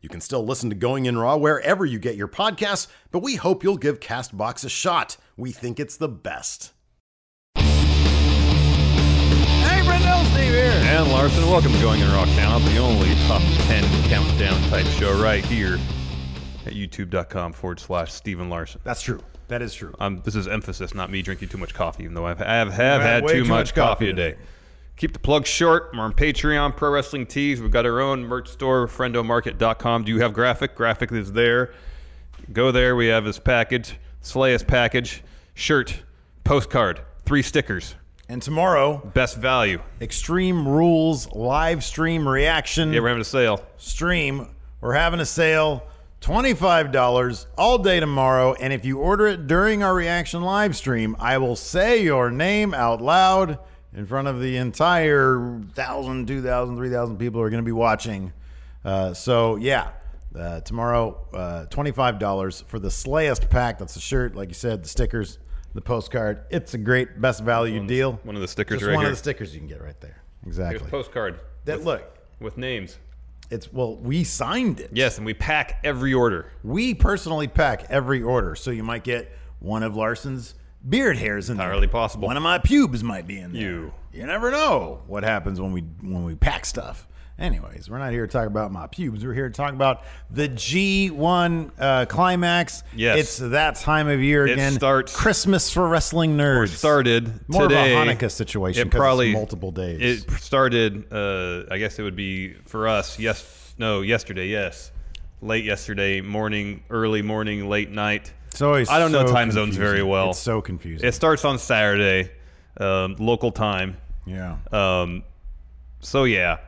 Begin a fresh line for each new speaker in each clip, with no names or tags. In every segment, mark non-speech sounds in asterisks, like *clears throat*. You can still listen to Going In Raw wherever you get your podcasts, but we hope you'll give Castbox a shot. We think it's the best.
Hey, Brendel, Steve here.
And Larson, welcome to Going In Rock Count, the only top 10 countdown type show right here at youtube.com forward slash Steven Larson.
That's true. That is true.
Um, this is emphasis, not me drinking too much coffee, even though I've, I have, have
Right,
had
way
too,
too
much,
much
coffee
coffee
today.
today.
Keep the plug short. We're on Patreon, Pro Wrestling Tees. We've got our own merch store, friendomarket.com. Do you have graphic? Graphic is there. Go there. We have his package, Slay his package, shirt, postcard, three stickers.
And tomorrow,
Best value.
Extreme Rules live stream reaction
Yeah, we're having a sale.
stream. We're having a sale, $25 all day tomorrow. And if you order it during our reaction live stream, I will say your name out loud in front of the entire 1,000, 2,000, 3,000 people who are going to be watching. Uh, so, yeah. Uh, tomorrow, uh, $25 for the Slayest Pack. That's the shirt, like you said, the stickers, the postcard. It's a great best value deal.
one of the stickers
Just
right
one
here.
of the stickers you can get right there.
Here's
Exactly.
a postcard
that, look,
with names.
it's, well, we signed it.
Yes, and we pack every order.
We personally pack every order, so you might get one of Larson's beard hairs in there.
Entirely possible.
One of my pubes might be in there.
You.
You never know what happens when we when we pack stuff. Anyways, we're not here to talk about my pubes. We're here to talk about the G1 uh, climax.
Yes.
It's that time of year
It
again.
starts-
Christmas for wrestling nerds.
started
More
today.
of a Hanukkah situation.
It
'cause it's
probably
multiple days.
It started. Uh, I guess it would be for us. Yes, no, yesterday. Yes, late yesterday morning, early morning, late night.
It's always
I don't know
so
time zones
confusing.
very well.
It's so confusing.
It starts on Saturday, um, local time.
yeah.
Um, so yeah,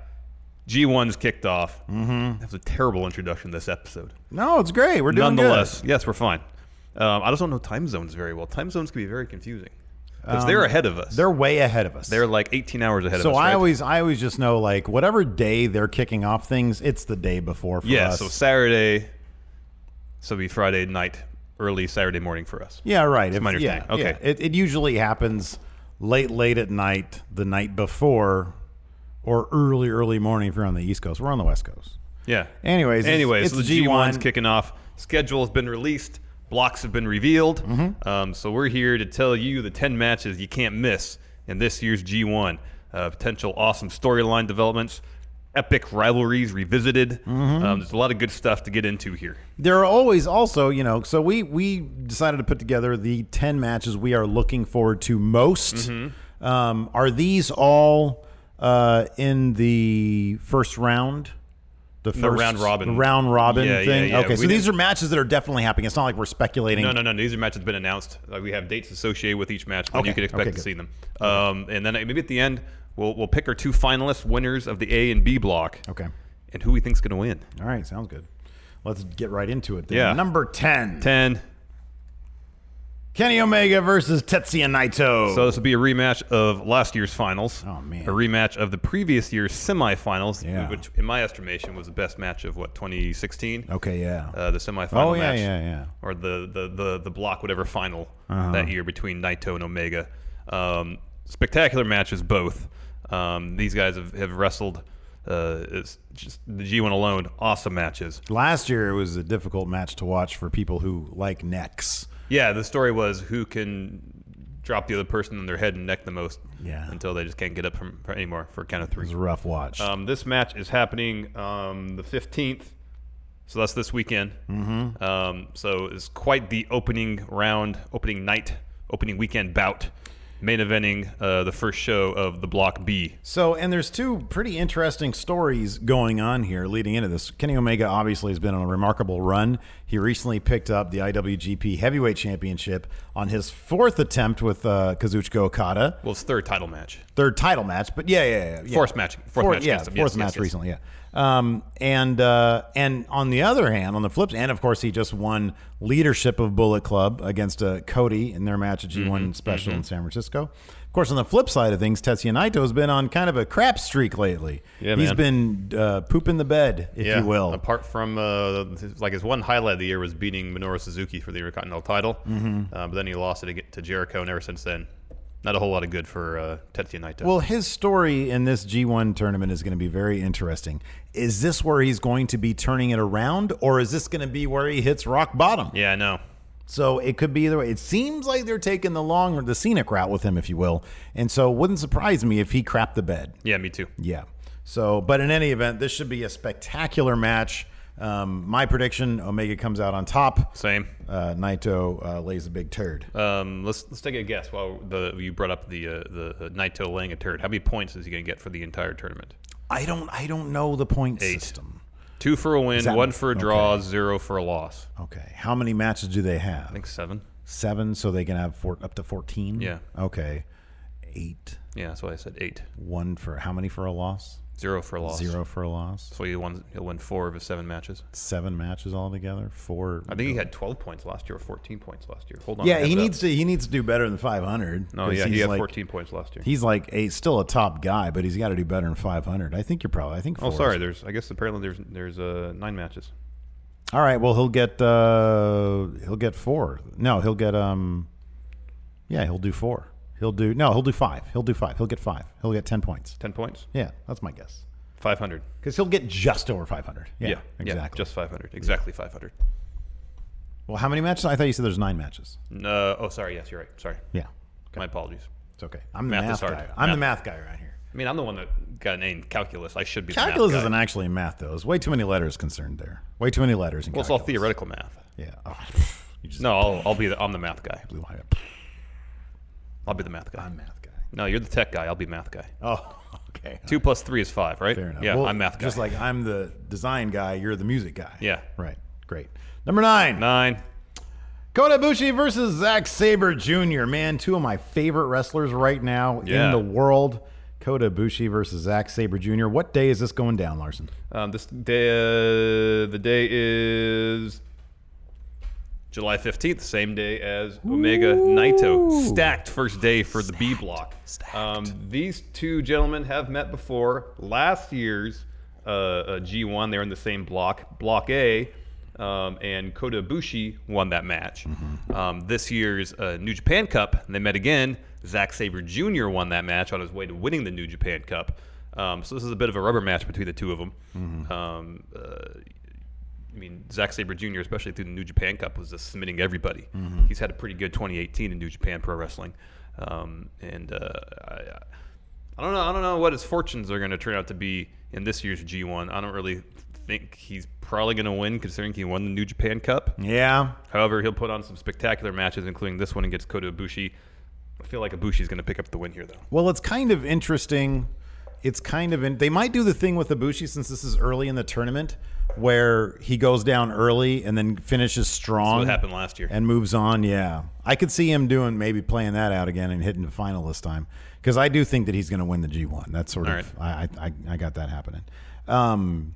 G1's kicked off. Mm-hmm. That was a terrible introduction to this episode.
no, it's great. We're doing
Nonetheless, yes, we're fine. Um, I just don't know time zones very well. Time zones can be very confusing because they're ahead of us.
good. Um, They're way ahead of us.
They're like 18 hours ahead
So
of us.
I
right?
always, I always just know like whatever day they're kicking off things, it's the day before for
yeah.
us.
So Saturday, so it'd be Friday night, early Saturday morning for us.
yeah, right. If,
my
yeah,
understanding. Okay.
yeah. It, it usually happens late, late at night, the night before, or early, early morning if you're on the East Coast. We're on the West Coast.
Yeah.
Anyways, it's-
Anyway, so
it's
the G1's
G1.
kicking off. Schedule has been released. Blocks have been revealed.
Mm-hmm.
Um, so we're here to tell you the 10 matches you can't miss in this year's G1. Uh, potential awesome storyline developments, epic rivalries revisited.
Mm-hmm.
Um, there's a lot of good stuff to get into here.
There are always also, you know, so we we decided to put together the ten matches we are looking forward to most.
Mm-hmm.
Um, are these all uh, in the first round? The first
round robin.
the round robin
Yeah, yeah,
thing.
yeah.
Okay,
We
so these are
didn't-
matches that are definitely happening. It's not like we're speculating.
No, no, no. These are matches that have been announced. Like we have dates associated with each match when you
Okay,
can expect
okay,
to
good.
see them. Um, and then maybe at the end, we'll, we'll pick our two finalists, winners of the A and B block,
Okay,
and who we think's going to win.
all right, sounds good. Let's get right into it. Then.
Yeah.
number ten.
10.
Kenny Omega versus Tetsuya Naito.
So this would be a rematch of last year's finals.
Oh, man.
A rematch of the previous year's semifinals,
Yeah.
which in my estimation was the best match of what 2016.
okay, yeah.
Uh, the semifinal
Oh, yeah,
match,
yeah, yeah. Uh-huh.
or the the the, the block whatever final that year between Naito and Omega. Um, spectacular matches both. Um, these guys have, have wrestled. Uh, it's just the G1 alone, awesome matches.
Last year it was a difficult match to watch for people who like necks.
Yeah, the story was who can drop the other person on their head and neck the most
Yeah.
until they just can't get up from, for anymore for a count of
It was
three.
a rough watch.
Um, this match is happening um, the 15th, so that's this weekend. Mm-hmm. Um, so it's quite the opening round, opening night, opening weekend bout, main eventing uh, the first show of the Block B.
So, and there's two pretty interesting stories going on here leading into this. Kenny Omega obviously has been on a remarkable run. He recently picked up the IWGP Heavyweight Championship on his fourth attempt with uh, Kazuchika Okada,
Well, it's third title match.
third title match. But yeah, yeah, yeah, yeah.
Fourth match- fourth match
yeah,
against him.
fourth
Yes,
match
yes, yes.
recently, yeah. Um, and uh, and on the other hand, on the flip, and of course, he just won leadership of Bullet Club against uh, Cody in their match at
Mm-hmm,
G1 Special in San Francisco. Of course, on the flip side of things, Tetsuya Naito has been on kind of a crap streak lately.
Yeah,
He's
man.
been uh, pooping the bed, if you will.
Apart from uh, his- like his one highlight of the year was beating Minoru Suzuki for the Intercontinental title,
Mm-hmm.
uh, but then he lost it ag- to Jericho, and ever since then, not a whole lot of good for uh, Tetsuya Naito.
Well, his story in this G1 tournament is going to be very interesting. Is this where he's going to be turning it around, or is this going to be where he hits rock bottom?
yeah, I know.
So it could be either way. It seems like they're taking the long or the scenic route with him, if you will. And so it wouldn't surprise me if he crapped the bed.
Yeah, me too.
Yeah. So, but in any event, this should be a spectacular match. Um, my prediction Omega comes out on top.
Same.
Uh, Naito uh, lays a big turd.
Um, let's let's take a guess. While the you brought up the uh, the uh, Naito laying a turd, how many points is he going to get for the entire tournament?
I don't. I don't know the point
Eight.
system.
Two for a win,
that-
one for a draw, zero for a loss. I
Okay. How many matches do they have?
think seven.
Seven, so they can have four, up to fourteen.
Yeah.
Okay. Eight.
Yeah, that's why I said eight.
One for how many for a loss?
Zero for a loss.
Zero for a loss.
So he won. He'll win four of his seven matches.
Seven matches altogether. Four.
I think he had 12 points last year or 14 points last year. Hold on. I
Yeah,
have
he
it up.
needs to he needs to do better than 500.
No,
'cause
Oh, yeah, he
he's
had
like,
14 points last year.
He's like a still a top guy, but he's got to do better than 500. I think you're probably. I think.
Oh,
four
sorry.
is-
There's, I guess, apparently there's there's uh, nine matches.
All right. Well, he'll get uh he'll get four. No, he'll get um, yeah, he'll do four. He'll do no, he'll do five. He'll do five. He'll get five. He'll get ten points.
10 points,
Yeah, that's my guess.
500.
Because he'll get just over 500. Yeah, exactly.
just 500. Exactly 500.
well, how many matches? I thought you said there's nine matches.
No. Oh, sorry. Yes, you're right. Sorry.
Yeah,
My apologies.
it's okay. I'm the
Math is
math,
hard.
guy. I'm the math guy around here.
I mean, I'm the one that got named calculus. I should be. the math
Calculus
guy.
isn't actually math, though. There's way too many letters concerned there. Way too many letters. In
Well, it's all
calculus.
theoretical math.
Yeah. Oh, *laughs* you just
No, I'll, I'll be the I'm the math guy.
blew my
I'll be the math guy.
I'm math guy.
No, you're the tech guy. I'll be math guy.
Oh, *laughs* okay.
Two plus three is five, right?
Fair enough.
Yeah,
Well,
I'm math guy.
Just like I'm the design guy, you're the music guy.
Yeah.
Right. Great. Number nine.
nine.
Kota Ibushi versus Zack Saber Jr. Man, two of my favorite wrestlers right now in
Yeah.
the world. Kota Ibushi versus Zack Saber Jr. What day is this going down, Larson?
Um, this day, uh, the day is July fifteenth, same day as Omega Naito. Stacked first day for the B block. Um, these two gentlemen have met before. Last year's uh, uh, G1, they're in the same block, Block A, um, and Kota Ibushi won that match. Um, this year's uh, New Japan Cup, they met again. Zack Saber Jr. won that match on his way to winning the New Japan Cup. Um, so this is a bit of a rubber match between the two of them. Um, uh, I mean, Zack Sabre Jr., especially through the New Japan Cup, was just submitting everybody.
Mm-hmm.
He's had a pretty good 2018 in New Japan Pro Wrestling. Um, and uh, I, I don't know. I don't know what his fortunes are going to turn out to be in this year's G1. I don't really think he's probably going to win, considering he won the New Japan Cup.
Yeah.
However, he'll put on some spectacular matches, including this one against Kota Ibushi. I feel like Ibushi's going to pick up the win here, though.
Well, it's kind of interesting. It's kind of in, they might do the thing with Ibushi since this is early in the tournament, where he goes down early and then finishes strong.
What happened last year?
Mm-hmm. and moves on. Yeah, I could see him doing maybe playing that out again and hitting the final this time because I do think that he's going to win the G one. That's sort
All
of I, I I- I got that happening. Um,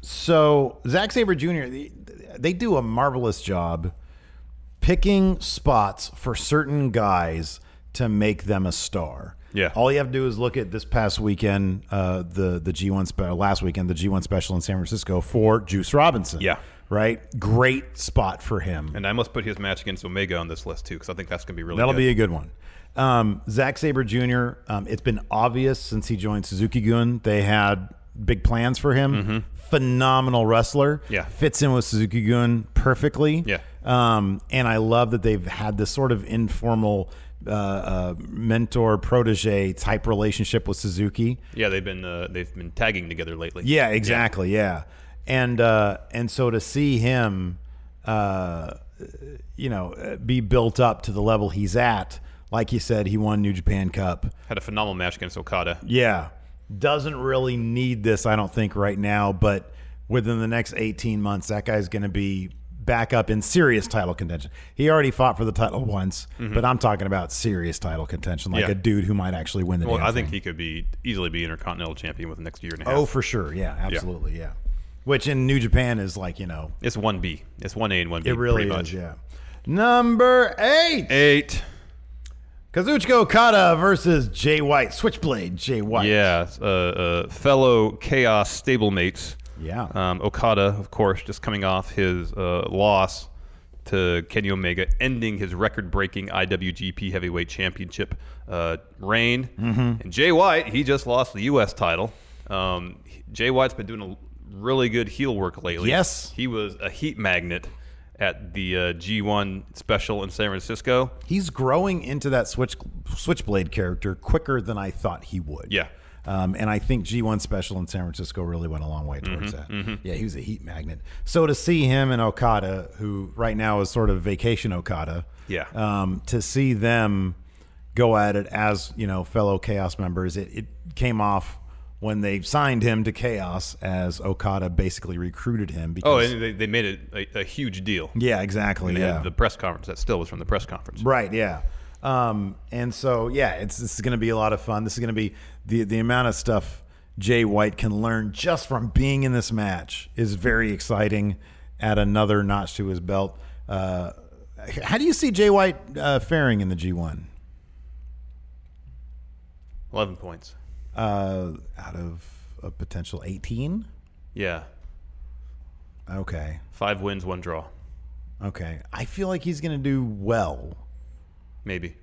so Zack Saber Jr. They, they do a marvelous job picking spots for certain guys to make them a star.
Yeah.
All you have to do is look at this past weekend, uh, the the G1 spe- uh, last weekend, the G1 special in San Francisco for Juice Robinson.
Yeah.
Right. Great spot for him.
And I must put his match against Omega on this list too, because I think that's going to be really
That'll
good.
be a good one. Um, Zack Saber Jr. Um, it's been obvious since he joined Suzuki Gun. They had big plans for him. Phenomenal wrestler.
Mm-hmm. Yeah.
fits in with Suzuki Gun perfectly.
Yeah.
um, and I love that they've had this sort of informal uh, uh, mentor protege type relationship with Suzuki.
yeah, they've been uh, they've been tagging together lately.
Yeah, exactly. Yeah, and uh, and so to see him, uh, you know, uh, be built up to the level he's at, like you said, he won New Japan Cup.
had a phenomenal match against Okada.
Yeah, doesn't really need this, I don't think, right now. But within the next eighteen months, that guy's going to be back up in serious title contention. He already fought for the title once, but I'm talking about serious title contention, like
Mm-hmm. Yeah.
a dude who might actually win the.
Well,
damn
I think
thing.
he could be easily be intercontinental champion within the next year and a half.
Oh, for sure. Yeah, absolutely. Yeah. Which in New Japan is like you know
It's one B. It's one A and one B.
It really
pretty much.
is, yeah. Number eight,
Eight.
Kazuchika Okada versus Jay White, Switchblade Jay White.
Yeah, uh, uh, fellow Chaos stablemates.
Yeah.
Um, Okada, of course, just coming off his uh, loss to Kenny Omega, ending his record-breaking IWGP Heavyweight Championship uh, reign.
Mm-hmm.
And Jay White, he just lost the U.S. title. Um, he- Jay White's been doing a really good heel work lately.
Yes.
he was a heat magnet at the uh, G1 special in San Francisco.
He's growing into that switch Switchblade character quicker than I thought he would.
Yeah.
Um, and I think G1 Special in San Francisco really went a long way towards that.
Mm-hmm,
Yeah, he was a heat magnet. So to see him and Okada, who right now is sort of vacation Okada,
Yeah.
um, to see them go at it as you know fellow Chaos members, it, it came off when they signed him to Chaos as Okada basically recruited him.
Oh,
Because,
and they, they made it a, a huge deal.
yeah, exactly.
They
Yeah,
had the press conference that still was from the press conference.
Right. Yeah. Um, and so yeah, it's this is going to be a lot of fun. This is going to be the the amount of stuff Jay White can learn just from being in this match is very exciting. Add another notch to his belt. Uh, how do you see Jay White uh, faring in the G one?
Eleven points.
Uh, out of a potential eighteen.
Yeah,
Okay.
five wins, one draw,
Okay. I feel like he's going to do well.
maybe.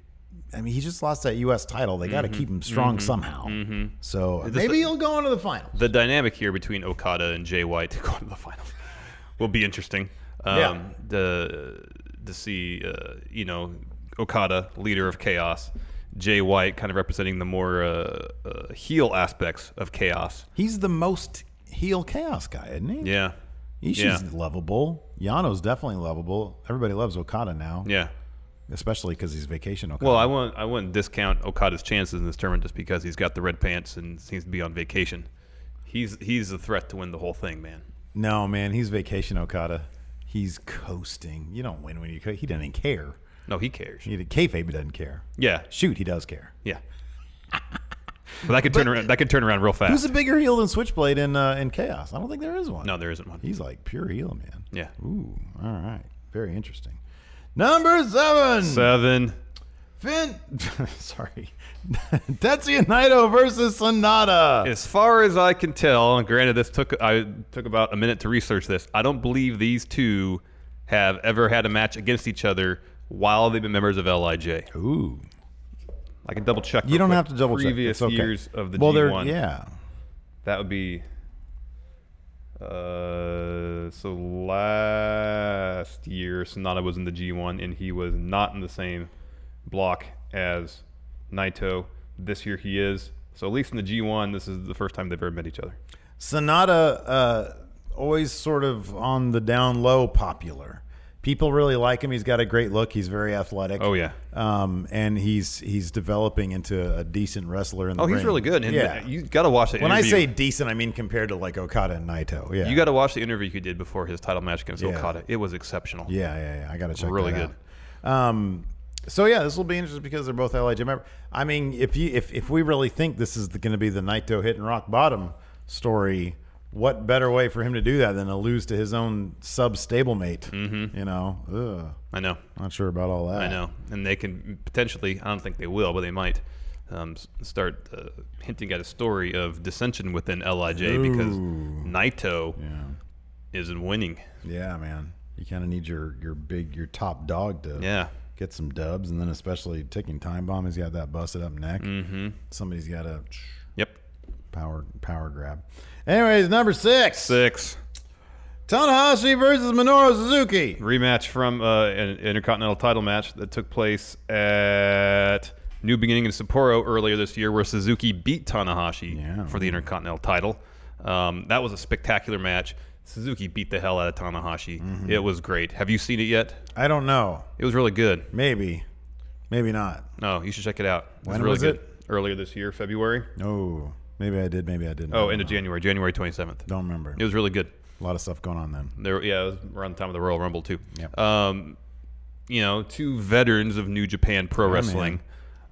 I mean, he just lost that U.S. title. They got to keep him strong somehow. So maybe he'll go into the finals.
The dynamic here between Okada and Jay White to *laughs* go to the finals will be interesting. Um,
Yeah.
The to see uh, you know Okada, leader of Chaos, Jay White, kind of representing the more uh, uh, heel aspects of Chaos.
He's the most heel chaos guy, isn't he?
Yeah,
Ishii's
yeah.
lovable. Yano's definitely lovable. Everybody loves Okada now,
yeah.
especially because he's vacation Okada.
Well, I won't. I wouldn't discount Okada's chances in this tournament just because he's got the red pants and seems to be on vacation. He's he's a threat to win the whole thing, man.
no, man, he's vacation Okada. He's coasting. You don't win when you coast. He doesn't care.
No, he cares.
He, kayfabe doesn't care.
Yeah,
Shoot, he does care.
yeah. *laughs* but that could turn around. That could turn around real fast.
Who's a bigger heel than Switchblade in uh, in Chaos? I don't think there is one.
No, there isn't one.
He's like pure heel, man.
yeah.
Ooh, all right. Very interesting. Number seven.
Seven.
Finn, *laughs* sorry, *laughs* Tetsuya Naito versus Sonata.
As far as I can tell, and granted, this took I took about a minute to research this. I don't believe these two have ever had a match against each other while they've been members of Lij.
Ooh,
I can double check.
you
real
don't
quick.
have to double check.
previous
It's okay.
years of the
well, they're-
G1.
yeah,
That would be. Uh, so last year Sonata was in the G1 and he was not in the same block as Naito. This year he is. So at least in the G1, this is the first time they've ever met each other.
Sonata uh, always sort of on the down low popular. People really like him. He's got a great look. He's very athletic.
Oh, yeah.
um, and he's he's developing into a decent wrestler in the
Oh, he's
ring.
really good. And
yeah.
you got to watch it.
when I say decent, I mean compared to like Okada and Naito. Yeah,
you got to watch the interview he did before his title match against
Yeah.
Okada. It was exceptional.
Yeah, yeah, yeah. I gotta check.
Really
that Out. Um, so yeah, this will be interesting because they're both LIJ members. I mean, if you if if we really think this is going to be the Naito hit and rock bottom story what better way for him to do that than to lose to his own sub stablemate? Mm-hmm. You know, Ugh,
I know.
not sure about all that.
I know, and they can potentially. I don't think they will, but they might um, s- start uh, hinting at a story of dissension within Lij because Naito isn't winning.
Yeah, man, you kind of need your your big your top dog to
Yeah,
get some dubs, and then especially ticking time bomb. He's got that busted up neck. Mm-hmm. Somebody's got a
yep.
power power grab. Anyways, number six,
Six
Tanahashi versus Minoru Suzuki.
rematch from uh, an intercontinental title match that took place at New Beginning in Sapporo earlier this year, where Suzuki beat Tanahashi
Yeah.
for the intercontinental title. Um, that was a spectacular match. Suzuki beat the hell out of Tanahashi. It was great. Have you seen it yet?
I don't know.
It was really good.
Maybe, maybe not.
No, you should check it out. It
When
really
was
good.
it?
Earlier this year, February.
Oh, maybe I did. Maybe I didn't.
Oh,
I
end
don't
of
know.
January, January 27th.
Don't remember.
It was really good.
a lot of stuff going on then.
There, yeah, it was around the time of the Royal Rumble too.
Yep.
Um, you know, two veterans of New Japan Pro Wrestling.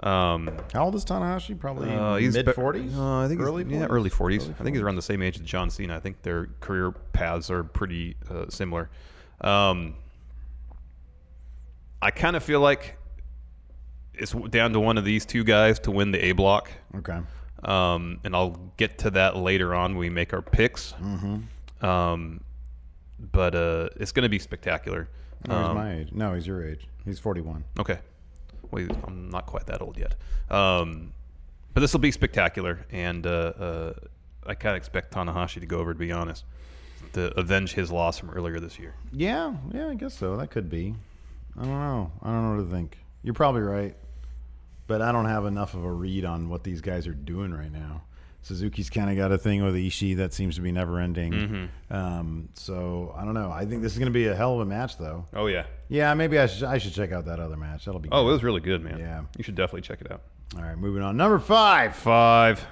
Um,
How old is Tanahashi? Probably
uh, he's
mid forties.
Uh, I think
early.
early. Yeah, early 40s. I think he's around the same age as John Cena. I think their career paths are pretty uh, similar. Um, I kind of feel like it's down to one of these two guys to win the A block.
Okay.
um, and I'll get to that later on when we make our picks. Mm-hmm. Um, but uh, it's going to be spectacular.
No, he's
Um,
my age. No, he's your age. He's forty-one.
okay, wait, I'm not quite that old yet. Um, but this will be spectacular, and uh, uh, I kind of expect Tanahashi to go over. To be honest, to avenge his loss from earlier this year.
Yeah, yeah, I guess so. That could be. I don't know. I don't know what to think. You're probably right, but I don't have enough of a read on what these guys are doing right now. Suzuki's kind of got a thing with Ishii that seems to be never ending.
Mm-hmm.
Um, so I don't know. I think this is going to be a hell of a match, though.
Oh yeah.
Yeah, maybe I should I should check out that other match. That'll be.
Oh,
good.
it was really good, man.
Yeah.
You should definitely check it out.
all right. Moving on. Number five,
Five.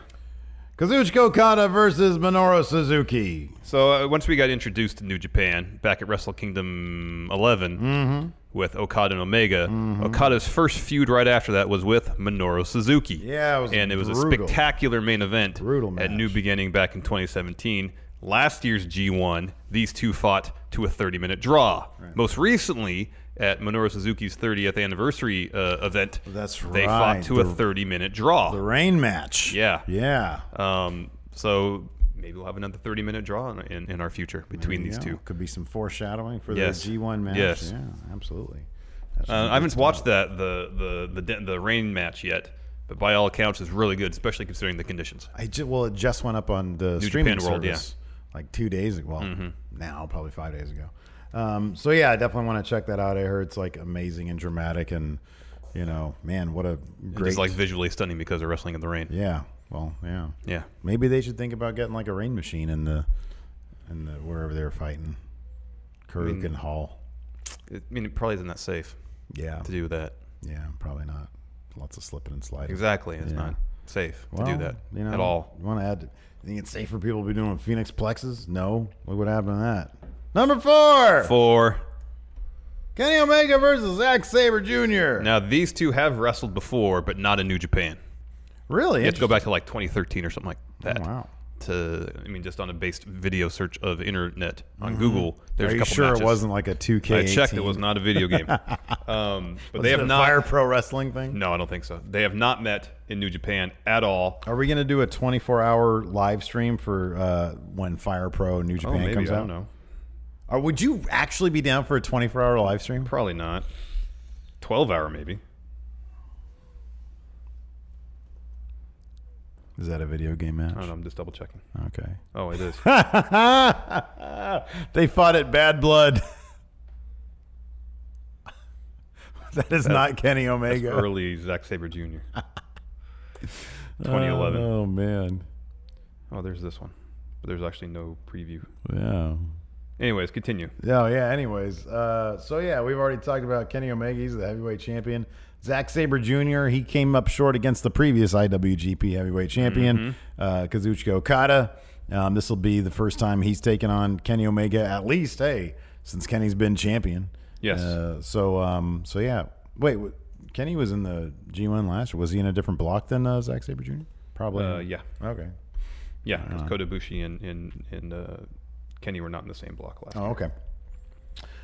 Kazuchika Okada versus Minoru Suzuki.
So uh, once we got introduced to New Japan back at Wrestle Kingdom 11
Mm-hmm.
with Okada and Omega, Okada's first feud right after that was with Minoru Suzuki.
Yeah, it was
and it was a
brutal.
spectacular main event
Brutal
at
match.
New Beginning back in 2017. Last year's G1, these two fought to a 30-minute draw. Most recently, at Minoru Suzuki's 30th anniversary uh, event,
That's
they
right,
fought to a
the-
30-minute draw.
The rain match.
Yeah.
Yeah.
um, so maybe we'll have another 30-minute draw in, in, in our future between these
Yeah,
two.
Could be some foreshadowing for
Yes.
the G1 match.
Yes.
Yeah, absolutely.
Uh, I haven't watched that the the the Den- the rain match yet, but by all accounts, it's really good, especially considering the conditions.
I ju- well, it just went up on the streaming
Japan World, yeah. Mm-hmm.
service like two days ago. Well, now probably five days ago. Um, so yeah, I definitely want to check that out. I heard it's like amazing and dramatic, and you know, man, what a great
It's like visually stunning because they're wrestling in the rain.
yeah. Well, yeah,
Yeah.
Maybe they should think about getting like a rain machine in the in the wherever they're fighting, Kirk
Mm.
and Hall.
It- I mean, it probably isn't that safe
Yeah,
to do that.
yeah, probably not. Lots of slipping and sliding.
Exactly, it's not safe to do
Well,
that
you know,
at all.
You want to add? You think it's safe for people to be doing Phoenix plexes? No. Look what happened to that. Number four,
Four.
Kenny Omega versus Zack Saber Jr.
Now these two have wrestled before, but not in New Japan.
really?
You have to go back to like 2013 or something like that.
Oh, wow.
To I mean, just on a based video search of internet on Google, there's
Mm-hmm. Are
a
you
couple
sure
matches.
it wasn't like a 2K?
I checked; it was not a video
*laughs*
game. um, but they have
it a
not.
Fire Pro Wrestling thing.
No, I don't think so. They have not met in New Japan at all.
Are we gonna do a 24-hour live stream for uh, when Fire Pro
Oh,
New Japan comes out? Or would you actually be down for a 24-hour live stream?
Probably not. Twelve hour maybe.
Is that a video game
I
match?
don't know. I'm just double checking.
Okay.
Oh, it is.
*laughs* they fought at Bad Blood. *laughs* that is not Kenny Omega.
Early Zack Saber
*laughs*
Jr.
Uh,
2011.
Oh man.
oh, there's this one. But there's actually no preview.
Yeah.
Anyways, continue.
Yeah, Oh, yeah. Anyways, uh, so yeah, we've already talked about Kenny Omega. He's the heavyweight champion. Zack Saber Jr. He came up short against the previous IWGP heavyweight champion, uh, Kazuchika Okada. Um, this will be the first time he's taken on Kenny Omega, at least. Hey, since Kenny's been champion.
Yes.
Uh, so, um, so yeah. Wait, w- Kenny was in the G1 last. year. Was he in a different block than uh, Zack Saber Jr.? Probably.
Uh, yeah.
Okay.
Yeah, because
Uh-huh.
Kodabushi and and, and uh, Kenny were not in the same block last.
Oh, okay.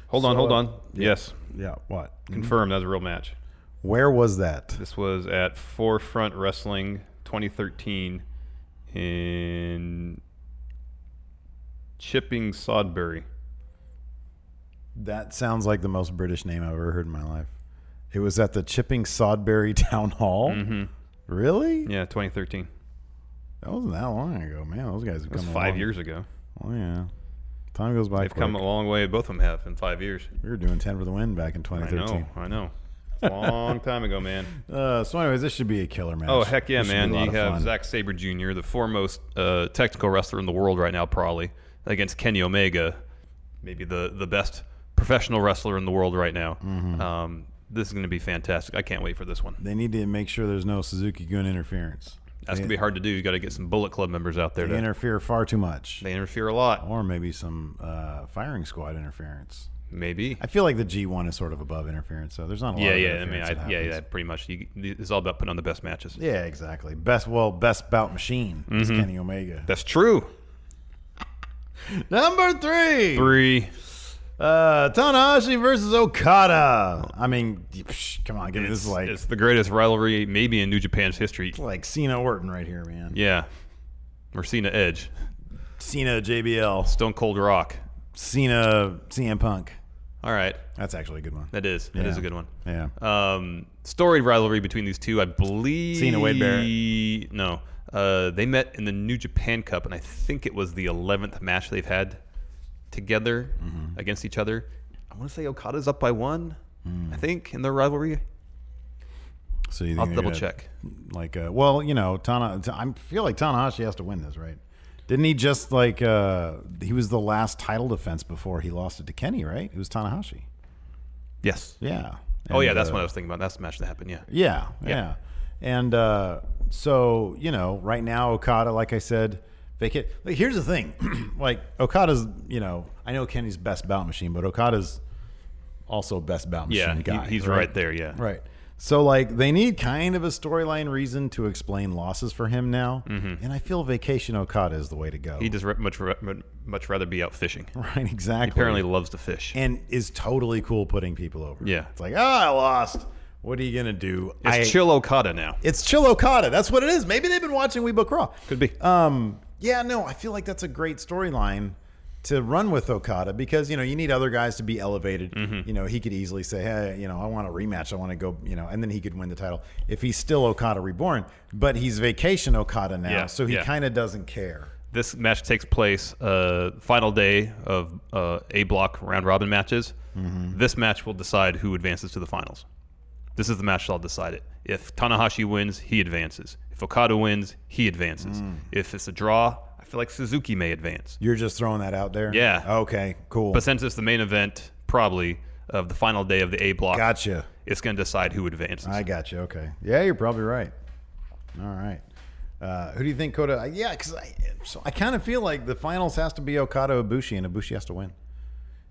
Hold on, hold on. Yes,
Yeah. What?
confirmed. That was a real match.
Where was that?
This was at Forefront Wrestling 2013 in Chipping Sodbury.
That sounds like the most British name I've ever heard in my life. It was at the Chipping Sodbury *laughs* Town Hall. Really?
Mm-hmm. Yeah, 2013.
That wasn't that long ago, man. Those guys have
That was
come a
five
long-
years ago.
Oh yeah, time goes by.
They've come a long way. Both of them have in five years.
We were doing ten for the win back in
I know.
2013.
I know. Long time ago,
*laughs*
man.
Uh, so, anyways, this should be a killer match.
Oh heck yeah,
This should be a
man!
lot
You
of
have
fun.
Zack Saber Jr., the foremost uh, technical wrestler in the world right now, probably against Kenny Omega, maybe the the best professional wrestler in the world right now.
Mm-hmm.
Um, this is going to be fantastic. I can't wait for this one.
They need to make sure there's no Suzuki Gun interference.
That's going to be hard to do. You got to get some Bullet Club members out there.
They
To,
interfere far too much,
they interfere a lot,
or maybe some uh, firing squad interference.
maybe.
I feel like the G1 is sort of above interference, so there's not a lot.
Yeah,
of
yeah. I mean,
interference
I,
that
yeah, yeah.
happens.
Pretty much. You, it's all about putting on the best matches.
yeah, exactly. Best well, best bout machine is
Mm-hmm. *laughs*
Kenny Omega.
That's true.
Number three.
Three.
Uh, Tanahashi versus Okada. I mean, psh, come on, give me this is like
It's the greatest rivalry maybe in New Japan's history.
like Cena Orton right here, man.
Yeah. Mercina Edge,
Cena JBL,
Stone Cold Rock.
Cena CM Punk.
All right,
That's actually a good one.
that is that is a good one.
Yeah,
Um, storied rivalry between these two, I believe.
Cena, Wade
Barrett. No, uh, they met in the New Japan Cup, and I think it was the eleventh match they've had together
Mm-hmm.
against each other. I want to say Okada's up by one,
Mm.
I think, in their rivalry.
so you think
I'll
they're
double
gonna-
check.
Like, uh, well, you know, Tana. Ta- I feel like Tanahashi has to win this, right? Didn't he just like uh, he was the last title defense before he lost it to Kenny, right? It was Tanahashi.
Yes.
Yeah.
oh yeah,
And,
that's
uh,
what I was thinking about. That's the match that happened. Yeah.
Yeah, yeah. And uh, so, you know, right now, Okada, like I said, vacate. Like, here's the thing *clears throat* like, Okada's, you know, I know Kenny's best bout machine, but Okada's also best bout machine
Yeah, he-
guy.
he's right there, yeah.
Right. So, like, they need kind of a storyline reason to explain losses for him now. And I feel vacation Okada is the way to go.
Mm-hmm. He just re- much re- much rather be out fishing.
*laughs* right, exactly.
Apparently, loves to fish.
And is totally cool putting people over.
Yeah.
It's like, oh, I lost. What are you going to do?
It's
I,
Chill Okada now.
It's Chill Okada. That's what it is. Maybe they've been watching We Book Raw.
Could be.
Um, yeah, no, I feel like that's a great storyline to run with Okada because you know you need other guys to be elevated.
Mm-hmm.
You know, he could easily say, "Hey, you know, I want a rematch. I want to go." You know, and then he could win the title if he's still Okada reborn. But he's vacation Okada now,
Yeah,
so he
yeah.
kind of doesn't care.
This match takes place uh, final day of uh, A block round robin matches. This match will decide who advances to the finals. This is the match that'll decide it. If Tanahashi wins, he advances. If Okada wins, he advances. If it's a draw, I feel like Suzuki may advance.
You're just throwing that out there.
Yeah.
Okay. Cool.
But since it's the main event, probably of the final day of the A block,
gotcha.
it's going to decide who advances.
I got you. Okay. Yeah, you're probably right. All right. Uh, who do you think Kota? Yeah, because I so I kind of feel like the finals has to be Okada Ibushi, and Ibushi has to win.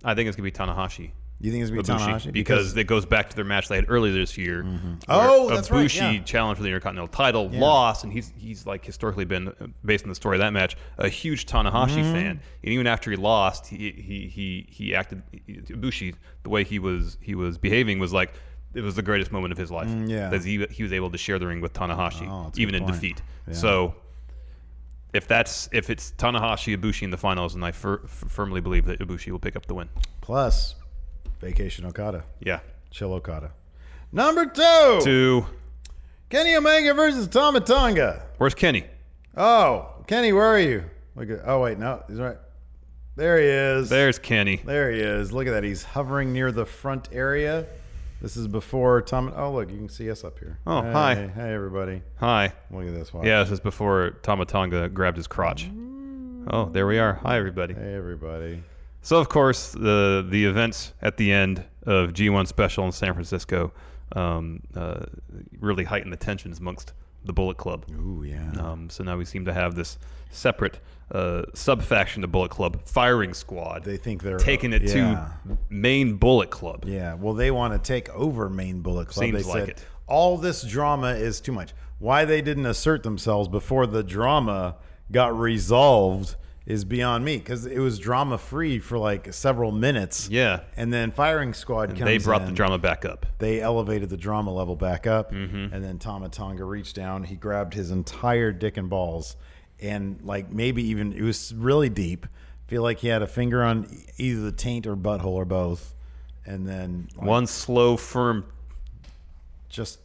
I think it's going to be Tanahashi.
You think it's gonna be
Ibushi,
Tanahashi
because it goes back to their match they had earlier this year.
Oh,
where
that's right,
Ibushi
yeah.
challenged for the Intercontinental title, lost, and he's he's like historically been uh, based on the story of that match a huge Tanahashi
Mm-hmm.
fan, and even after he lost, he he he, he acted Ibushi the way he was he was behaving was like. It was the greatest moment of his life.
Mm, yeah.
because he, he was able to share the ring with Tanahashi,
Oh, that's a
even
good
in
point.
defeat.
Yeah.
So, if that's if it's Tanahashi Ibushi in the finals, and I fir- f- firmly believe that Ibushi will pick up the win.
plus Vacation Okada,
Yeah,
Chill Okada. Number two,
two.
Kenny Omega versus Tama Tonga.
Where's Kenny?
Oh, Kenny, where are you? Look at. Oh wait, no, he's right. There he is.
There's Kenny.
There he is. Look at that. He's hovering near the front area. This is before Tom. Oh, look, you can see us up here.
Oh,
hey,
hi.
Hey, everybody.
Hi.
Look at this. Wow.
Yeah, this is before Tamatanga grabbed his crotch. Oh, there we are. Hi, everybody.
Hey, everybody.
So, of course, the the events at the end of G1 Special in San Francisco um, uh, really heightened the tensions amongst the Bullet Club.
Ooh, yeah.
Um, so now we seem to have this separate uh, sub faction to Bullet Club, Firing Squad.
They think they're
taking it
yeah.
to main Bullet Club.
Yeah. Well, they want to take over Main Bullet Club.
Seems
they
like
said
it.
all this drama is too much. Why they didn't assert themselves before the drama got resolved is beyond me because it was drama free for like several minutes.
Yeah.
And then Firing Squad comes
They brought the
in.
drama back up.
They elevated the drama level back up.
Mm-hmm.
And then Tama Tonga reached down. He grabbed his entire dick and balls. And like maybe even, it was really deep. feel like he had a finger on e-, either the taint or butthole or both. And then like,
One slow, firm.
just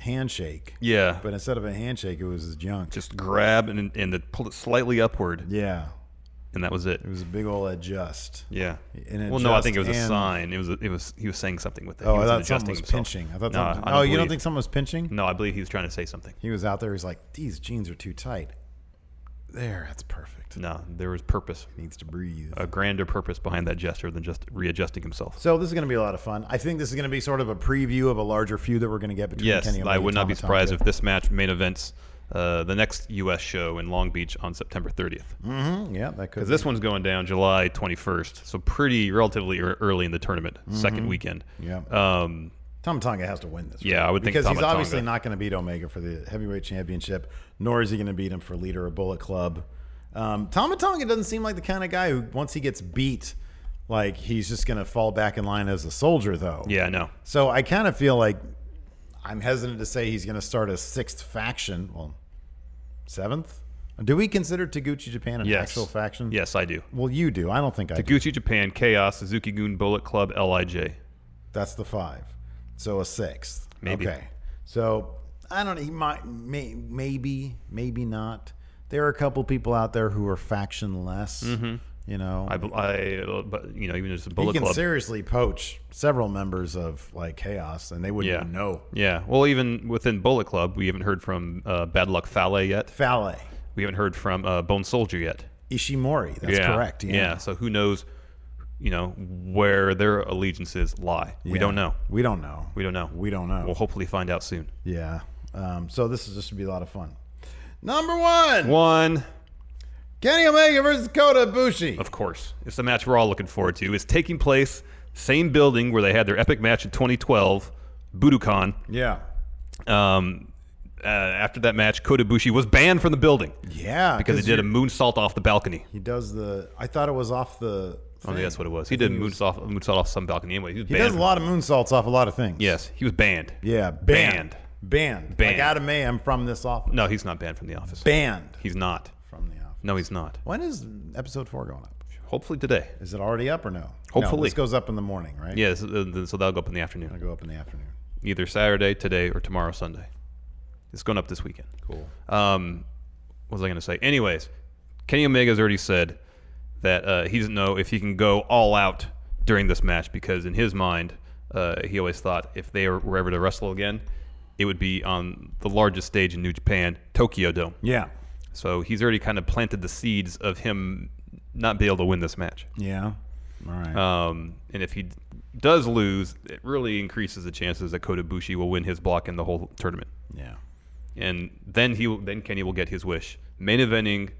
handshake.
Yeah.
But instead of a handshake, it was his junk.
just grab and and then pull it slightly upward,
yeah.
and that was it.
It was a big old adjust.
Yeah.
And it
well, no, I
just-
think it was a
and-
sign. It was a, it was he was saying something with it.
Oh,
he
I
was
thought
adjusting
something was
himself. Mm.
pinching. I thought
No,
something,
I
oh, you don't
believe-
think someone was pinching?
No, I believe he was trying to say something.
He was out there. He's like, these jeans are too tight. There, that's perfect.
No, there was purpose,
Needs to breathe.
a grander purpose behind that gesture than just readjusting himself.
So this is going to be a lot of fun. I think this is going to be sort of a preview of a larger feud that we're going to get between
Yes,
Kenny Omega
I would
and
not be
Tama
surprised
Tonga.
if this match main events uh, the next U.S. show in Long Beach on September 30th. Because
Hmm, yeah, that could.
this one's going down July 21st, so pretty relatively ear- early in the tournament, second weekend.
Mm-hmm. Yeah.
Um,
Tama Tonga has to win this.
Yeah,
right?
I would think
because he's
Tama
obviously
Tonga.
not going to beat Omega for the heavyweight championship, nor is he going to beat him for leader of Bullet Club. Um, Tama Tonga doesn't seem like the kind of guy who, once he gets beat, like he's just going to fall back in line as a soldier, though.
yeah, no.
So I kind of feel like I'm hesitant to say he's going to start a sixth faction. Well, seventh. Do we consider Taguchi Japan an
Yes.
actual faction?
Yes, I do.
Well, you do. I don't think I. Do.
Gucci Japan, Chaos, Suzuki Goon, Bullet Club, Lij.
That's the five. So a sixth.
Maybe.
Okay. So I don't. He might. May, maybe. Maybe not. There are a couple people out there who are factionless. You know,
Mm-hmm. I, I, but you know, even just
you
Bullet
can
Club.
seriously poach several members of like chaos, and they wouldn't
yeah,
even know.
Yeah, well, even within Bullet Club, we haven't heard from uh, Bad Luck Fale yet.
Fale,
We haven't heard from uh, Bone Soldier yet.
Ishimori. That's
yeah.
correct. Yeah.
So who knows? You know where their allegiances lie. We
Yeah.
don't know.
We don't know.
We don't know.
We don't know.
We'll hopefully find out soon.
yeah. Um, so this is just gonna be a lot of fun. Number one,
One,
Kenny Omega versus Kota Ibushi.
of course, it's the match we're all looking forward to. It's taking place same building where they had their epic match in 2012, Budokan.
Yeah.
Um, uh, after that match, Kota Ibushi was banned from the building
Yeah.
because he did a
you're-
moonsault off the balcony.
He does the. I thought it was off the.
Oh, yeah,
thing.
that's what it was. He did moonsault, moonsault off some balcony anyway. He was
He
banned.
does a
from-
lot of moonsaults off a lot of things.
Yes, he was banned.
Yeah. Banned.
Banned.
Banned.
Banned.
Like out of May, I'm from this office.
No, he's not banned from the office.
Banned
He's not.
from the office.
No, he's not.
When is episode four going up?
Hopefully today.
Is it already up or no? No,
Hopefully.
this goes up in the morning, right?
Yeah, so uh, so that'll go up in the afternoon.
It'll go up in the afternoon.
Either Saturday, today, or tomorrow, Sunday. It's going up this weekend.
Cool.
Um, what was I going to say? Anyways, Kenny Omega's already said that uh, he doesn't know if he can go all out during this match because, in his mind, uh, he always thought if they were, were ever to wrestle again, it would be on the largest stage in New Japan, Tokyo Dome.
Yeah.
So he's already kind of planted the seeds of him not be able to win this match.
Yeah. All right.
Um, and if he d- does lose, it really increases the chances that Kota Bushi will win his block in the whole tournament
yeah.
and then he will, then Kenny will get his wish. Main eventing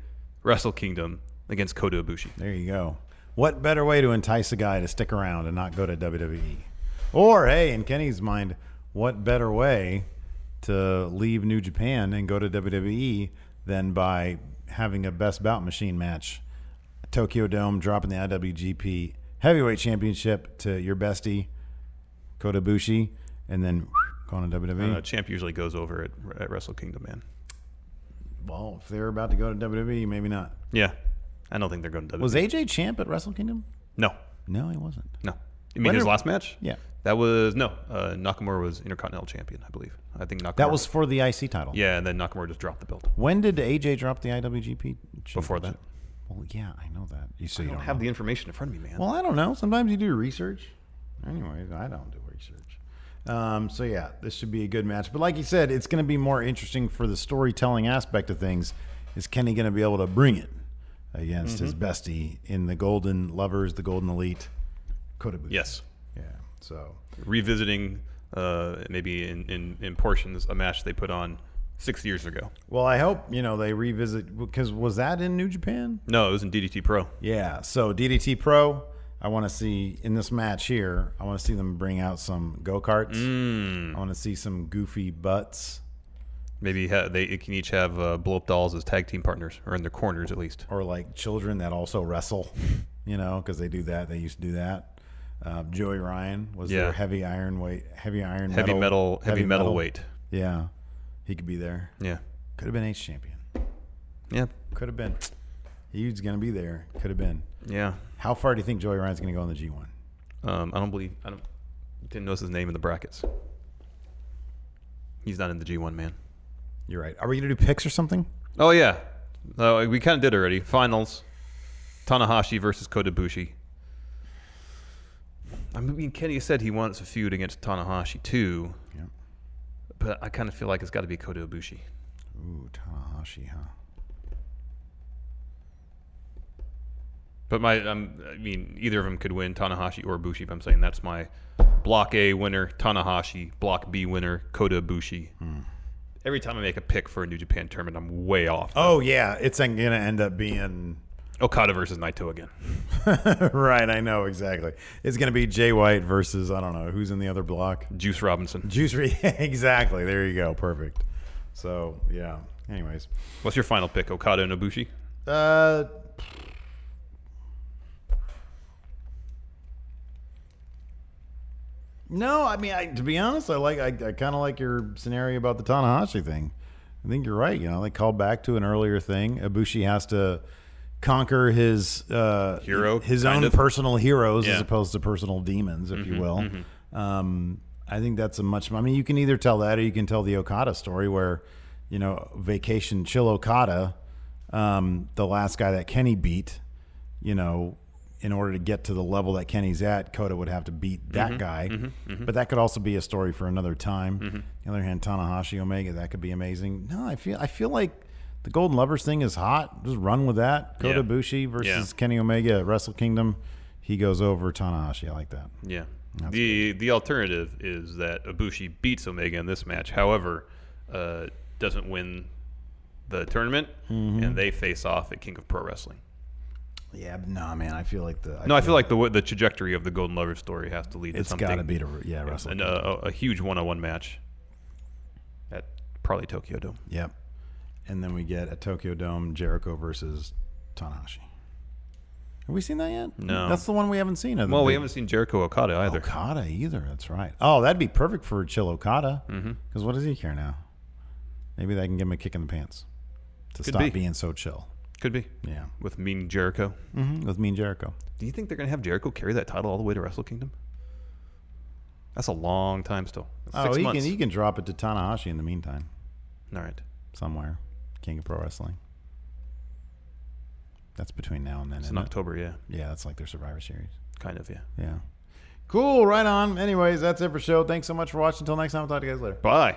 Wrestle Kingdom against Kota Ibushi.
There you go. What better way to entice a guy to stick around and not go to WWE? Or, hey, in Kenny's mind, what better way to leave New Japan and go to WWE than by having a best bout machine match? Tokyo Dome dropping the IWGP Heavyweight Championship to your bestie, Kota Bushi, and then going to E. WWE.
Uh, champ usually goes over at, at Wrestle Kingdom, man.
well, if they're about to go to WWE, maybe not.
Yeah, I don't think they're going to WWE.
Was AJ champ at Wrestle Kingdom?
No,
No, he wasn't.
no. You mean
When
his
did-
last match?
Yeah.
That was no. Uh, Nakamura was Intercontinental Champion, I believe. I think Nakamura.
That was for the IC title.
Yeah, and then Nakamura just dropped the belt.
When did AJ drop the IWGP?
Before that.
Well, yeah, I know that. You say you
I
don't
don't have
know.
the information in front of me, man.
Well, I don't know. Sometimes you do research. Anyways, I don't do research. Um, so yeah, this should be a good match. But like you said, it's going to be more interesting for the storytelling aspect of things. Is Kenny going to be able to bring it against
Mm-hmm.
his bestie in the Golden Lovers, the Golden Elite, Kota Ibushi?
yes,
Yeah. So
revisiting uh, maybe in, in in portions a match they put on six years ago.
well, I hope you know they revisit because was that in New Japan?
No, it was in DDT Pro.
Yeah. So DDT Pro, I want to see in this match here. I
Mm.
want to see them bring out some go karts. I want to see some goofy butts.
Maybe ha- they can each have uh, blow up dolls as tag team partners, or in their corners at least.
or like children that also wrestle, you know, because they do that. They used to do that. Uh, Joey Ryan was
Yeah.
their heavy iron weight, heavy iron,
Heavy metal, heavy, metal, weight.
Yeah, he could be there.
Yeah,
Could have been H champion.
yeah,
Could have been. He's gonna be there. Could have been.
yeah.
How far do you think Joey Ryan's gonna go in the G one?
Um, I don't believe I don't didn't notice his name in the brackets. He's not in the G1 man.
You're right. Are we gonna do picks or something?
Oh yeah, uh, we kind of did already. Finals: Tanahashi versus Kota Ibushi. I mean, Kenny said he wants a feud against Tanahashi too,
Yeah.
but I kind of feel like it's got to be Kota Ibushi.
Ooh, Tanahashi, huh?
But my, um, I mean, either of them could win Tanahashi or Ibushi. But I'm saying that's my Block A winner, Tanahashi. Block B winner, Kota Ibushi. Every time I make a pick for a New Japan tournament, I'm way off.
Oh yeah, it's gonna end up being *laughs*
Okada versus Naito again.
right. I know exactly. It's gonna be Jay White versus I don't know who's in the other block.
Juice Robinson.
Juice re- *laughs* exactly. There you go. Perfect. So yeah. Anyways,
What's your final pick? Okada and Ibushi.
uh, no. I mean, I, to be honest, I like. I, I kind of like your scenario about the Tanahashi thing. I think you're right. You know, they call back to an earlier thing. Ibushi has to conquer his uh,
Hero,
his
kind
own
of.
personal heroes as
Yeah. Mm-hmm,
opposed to personal demons, if you will. Um, I think that's a much. I mean, you can either tell that or you can tell the Okada story where, you know, vacation chill Okada, um, the last guy that Kenny beat, you know, in order to get to the level that Kenny's at, Kota would have to beat that
Mm-hmm,
guy. But that could also be a story for another time. On the other hand, Tanahashi Omega, that could be amazing. No, I feel I feel like the Golden Lovers thing is hot. Just run with that. Kota
Yeah.
Bushi versus
Yeah.
Kenny Omega at Wrestle Kingdom. He goes over Tanahashi. I like that.
Yeah. the the alternative is that Ibushi beats Omega in this match. However, uh, doesn't win the tournament,
Mm-hmm.
and they face off at King of Pro Wrestling.
Yeah, but no, man. I feel like the
No, I feel like the wa- the trajectory of the Golden Lover story has to lead to
it's
something.
got to be to yeah Wrestle.
an, uh, a, a huge one-on-one match at probably Tokyo Dome.
Yep. And then we get a Tokyo Dome Jericho versus Tanahashi. Have we seen that yet?
No.
That's the one we haven't seen.
Well, we haven't seen Jericho Okada
Oh,
either.
Okada either. That's right. Oh, that'd be perfect for Chill Okada. Because mm-hmm. what does he care now? Maybe they can give him a kick in the pants to
Could
stop
be.
being so chill.
Could be
Yeah.
with Mean Jericho.
hmm With Mean Jericho.
Do you think they're gonna have Jericho carry that title all the way to Wrestle Kingdom? That's a long time still. That's
oh,
Six
he
months.
can he can drop it to Tanahashi in the meantime
All right.
somewhere. King of Pro Wrestling. That's between now and then.
It's
isn't
in
it?
October, yeah.
Yeah, that's like their Survivor Series.
Kind of, yeah.
Yeah. Cool. Right on. Anyways, that's it for show. Thanks so much for watching. Until next time, I'll talk to you guys later.
Bye.